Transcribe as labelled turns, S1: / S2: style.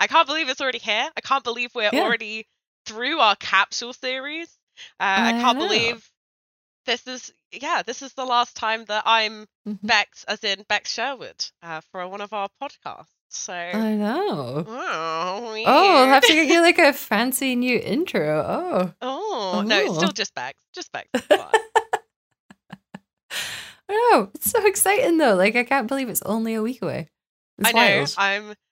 S1: I can't believe it's already here. I can't believe we're
S2: Yeah.
S1: already through our capsule series. Uh, I
S2: I
S1: can't
S2: know.
S1: believe this is yeah, this is the last time that I'm
S2: Mhm.
S1: Bex, as in Bex Sherwood, uh, for one of our podcasts. So
S2: I know.
S1: oh,
S2: Oh, I'll have
S1: weird.
S2: to get you like a fancy new intro. Oh,
S1: oh no, it's still
S2: Ooh.
S1: just Bex, just Bex. it's fine.
S2: I know. It's so exciting though. Like I can't believe it's only a week away. It's
S1: I know.
S2: wild.
S1: I'm